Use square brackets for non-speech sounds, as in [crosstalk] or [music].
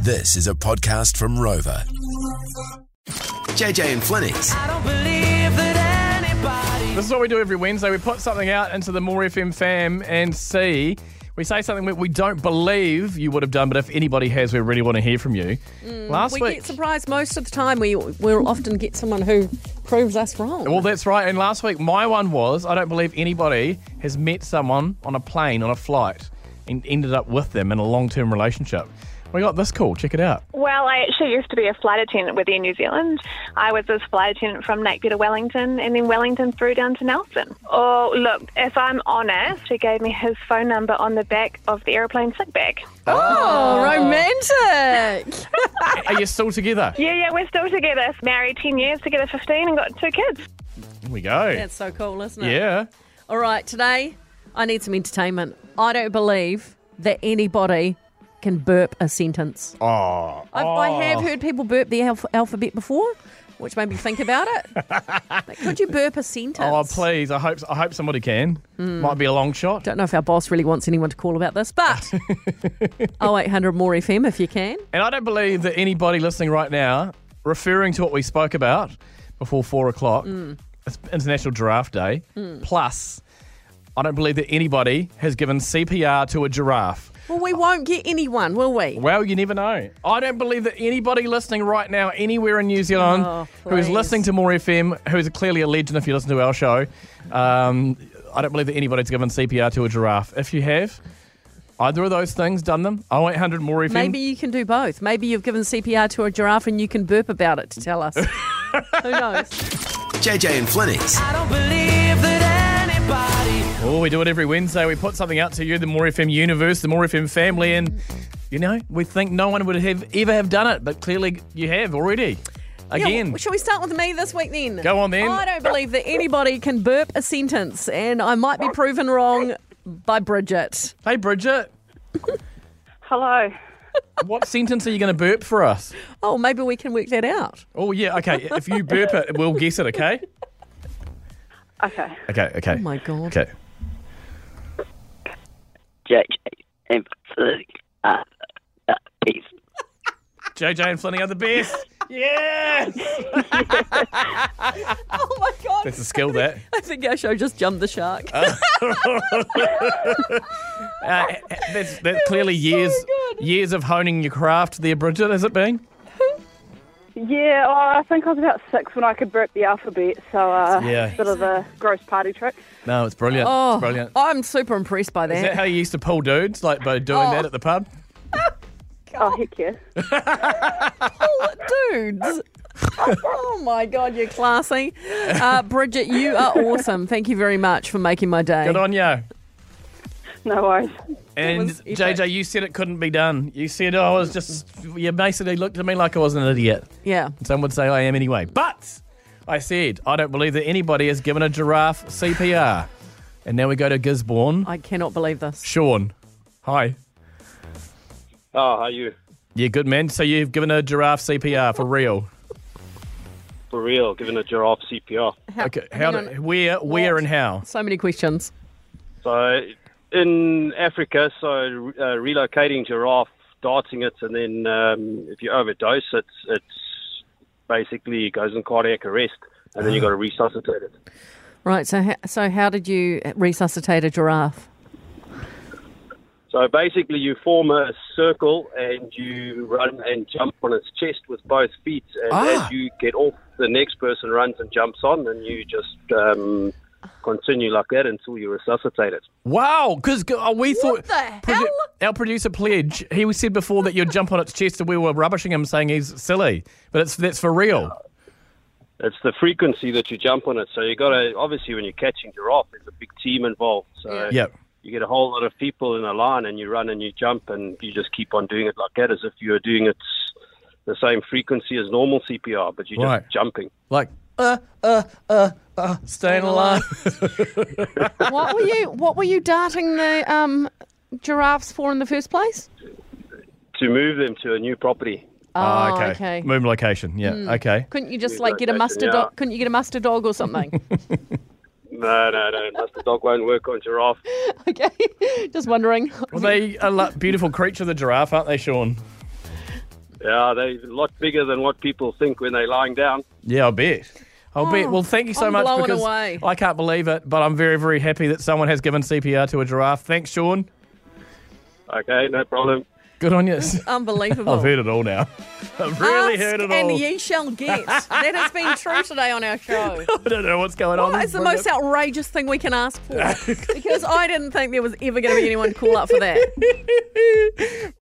This is a podcast from Rover. JJ and Flinny's This is what we do every Wednesday. We put something out into the More FM fam and see. We say something that we don't believe you would have done, but if anybody has, we really want to hear from you. Last Mm, We week. get surprised most of the time. We we'll often get someone who proves us wrong. well, that's right. And last week, my one was I don't believe anybody has met someone on a plane, on a flight, and ended up with them in a long term relationship. We got this call. Check it out. Well, I actually used to be a flight attendant with Air New Zealand. I was a flight attendant from Napier to Wellington and then Wellington through down to Nelson. Oh, look, if I'm honest, he gave me his phone number on the back of the aeroplane sick bag. oh, romantic! Are you still together? Yeah, yeah, we're still together. Married 10 years, together 15, and got two kids. Here we go. That's so cool, isn't it? yeah. All right, today I need some entertainment. I don't believe that anybody can burp a sentence. Oh, I've, I have heard people burp the alph- alphabet before, which made me think about it. [laughs] But could you burp a sentence? Oh, please. I hope I hope somebody can. Mm. Might be a long shot. Don't know if our boss really wants anyone to call about this, [laughs] but 0800 more FM if you can. And I don't believe that anybody listening right now, referring to what we spoke about before four o'clock, Mm. it's International Giraffe Day. Plus, I don't believe that anybody has given CPR to a giraffe. Well, we won't get anyone, will we? Well, you never know. I don't believe that anybody listening right now, anywhere in New Zealand, Oh, who is please. listening to More FM, who is clearly a legend if you listen to our show, um, I don't believe that anybody's given CPR to a giraffe. If you have, either of those things, done them. 0800 More FM. Maybe you can do both. Maybe you've given CPR to a giraffe and you can burp about it [laughs] to tell us. Who knows? JJ and Flinny's Oh, we do it every Wednesday. We put something out to you, the More FM universe, the More FM family, and you know we think no one would have ever have done it, but clearly you have already. Yeah, Again, well, shall we start with me this week then? Go on then. I don't believe that anybody can burp a sentence, and I might be proven wrong by Bridget. hey Bridget, Hello. what sentence are you going to burp for us? Oh, maybe we can work that out. Oh yeah, okay. If you burp it, we'll guess it. Okay. Okay. Okay. Okay. Oh my god. Okay. Jack and Flick are the best. JJ and Flinny are the best. Yes. [laughs] Oh my god. That's a skill. Oh, That. [laughs] I think our show just jumped the shark. Uh, that's, that's clearly years good. years of honing your craft there, Bridget. Has it been? Yeah, oh, I think I was about six when I could burp the alphabet, so uh, Yeah. it's a bit of a gross party trick. No, it's brilliant. oh, it's brilliant. I'm super impressed by Is that how you used to pull dudes, like by doing Oh. that at the pub? Oh, heck yeah. dudes. [laughs] oh my god, you're classy. Uh, Bridget, you are awesome. Thank you very much for making my day. Good on you. No worries. And was epic. JJ, you said it couldn't be done. You said "Oh, I was just. You basically looked at me like I was an idiot. Yeah. Some would say I am anyway. But I said I don't believe that anybody has given a giraffe CPR. And now we go to Gisborne. I cannot believe this. Sean, hi. Oh, how are you? Yeah, good man. So you've given a giraffe CPR for real. For real, giving a giraffe CPR. okay. How? hang do- where? Where and how? So many questions. So, in Africa, so uh, relocating giraffe, darting it, and then um, if you overdose, it's it's basically it goes in cardiac arrest, and then you got to resuscitate it. Right. So, ha- so how did you resuscitate a giraffe? So basically, you form a circle and you run and jump on its chest with both feet, and Ah. as you get off, the next person runs and jumps on, and you just um, continue like that until you resuscitate it. Wow, because we What thought the produ- hell? our producer pledge. He said before that you'd jump on its chest, and we were rubbishing him, saying he's silly. But it's that's for real. It's the frequency that you jump on it. So you got to obviously when you're catching giraffe, there's a big team involved. So Yeah. Yep. you get a whole lot of people in a line, and you run and you jump, and you just keep on doing it like that, as if you were doing it the same frequency as normal CPR, but you're Right. just jumping. Like uh uh uh uh, staying alive. What were you? What were you darting the um, giraffes for in the first place? To move them to a new property. Ah, Oh, okay. okay. Hmm. Moon location. Yeah. Okay. Couldn't you just like get a Relocation, mustard yeah. dog? Couldn't you get a mustard dog [laughs] or something? [laughs] No, no, no. Master dog won't work on giraffe. okay, just wondering. Well, they a lo- beautiful creature, the giraffe, aren't they, Sean? Yeah, they're a lot bigger than what people think when they're lying down. Yeah, I'll bet. I'll bet. Well, thank you so I'm much blown because away. I can't believe it, but I'm very, very happy that someone has given CPR to a giraffe. Thanks, Sean. Okay, no problem. Good on [laughs] you. Unbelievable. I've heard it all now. [laughs] I've really Ask heard it and all. ye shall get. that has been true today on [laughs] our show. I don't know what's going on. That is the most outrageous thing we can [laughs] [laughs] ask for. because I didn't think there was ever going to be anyone call up for that.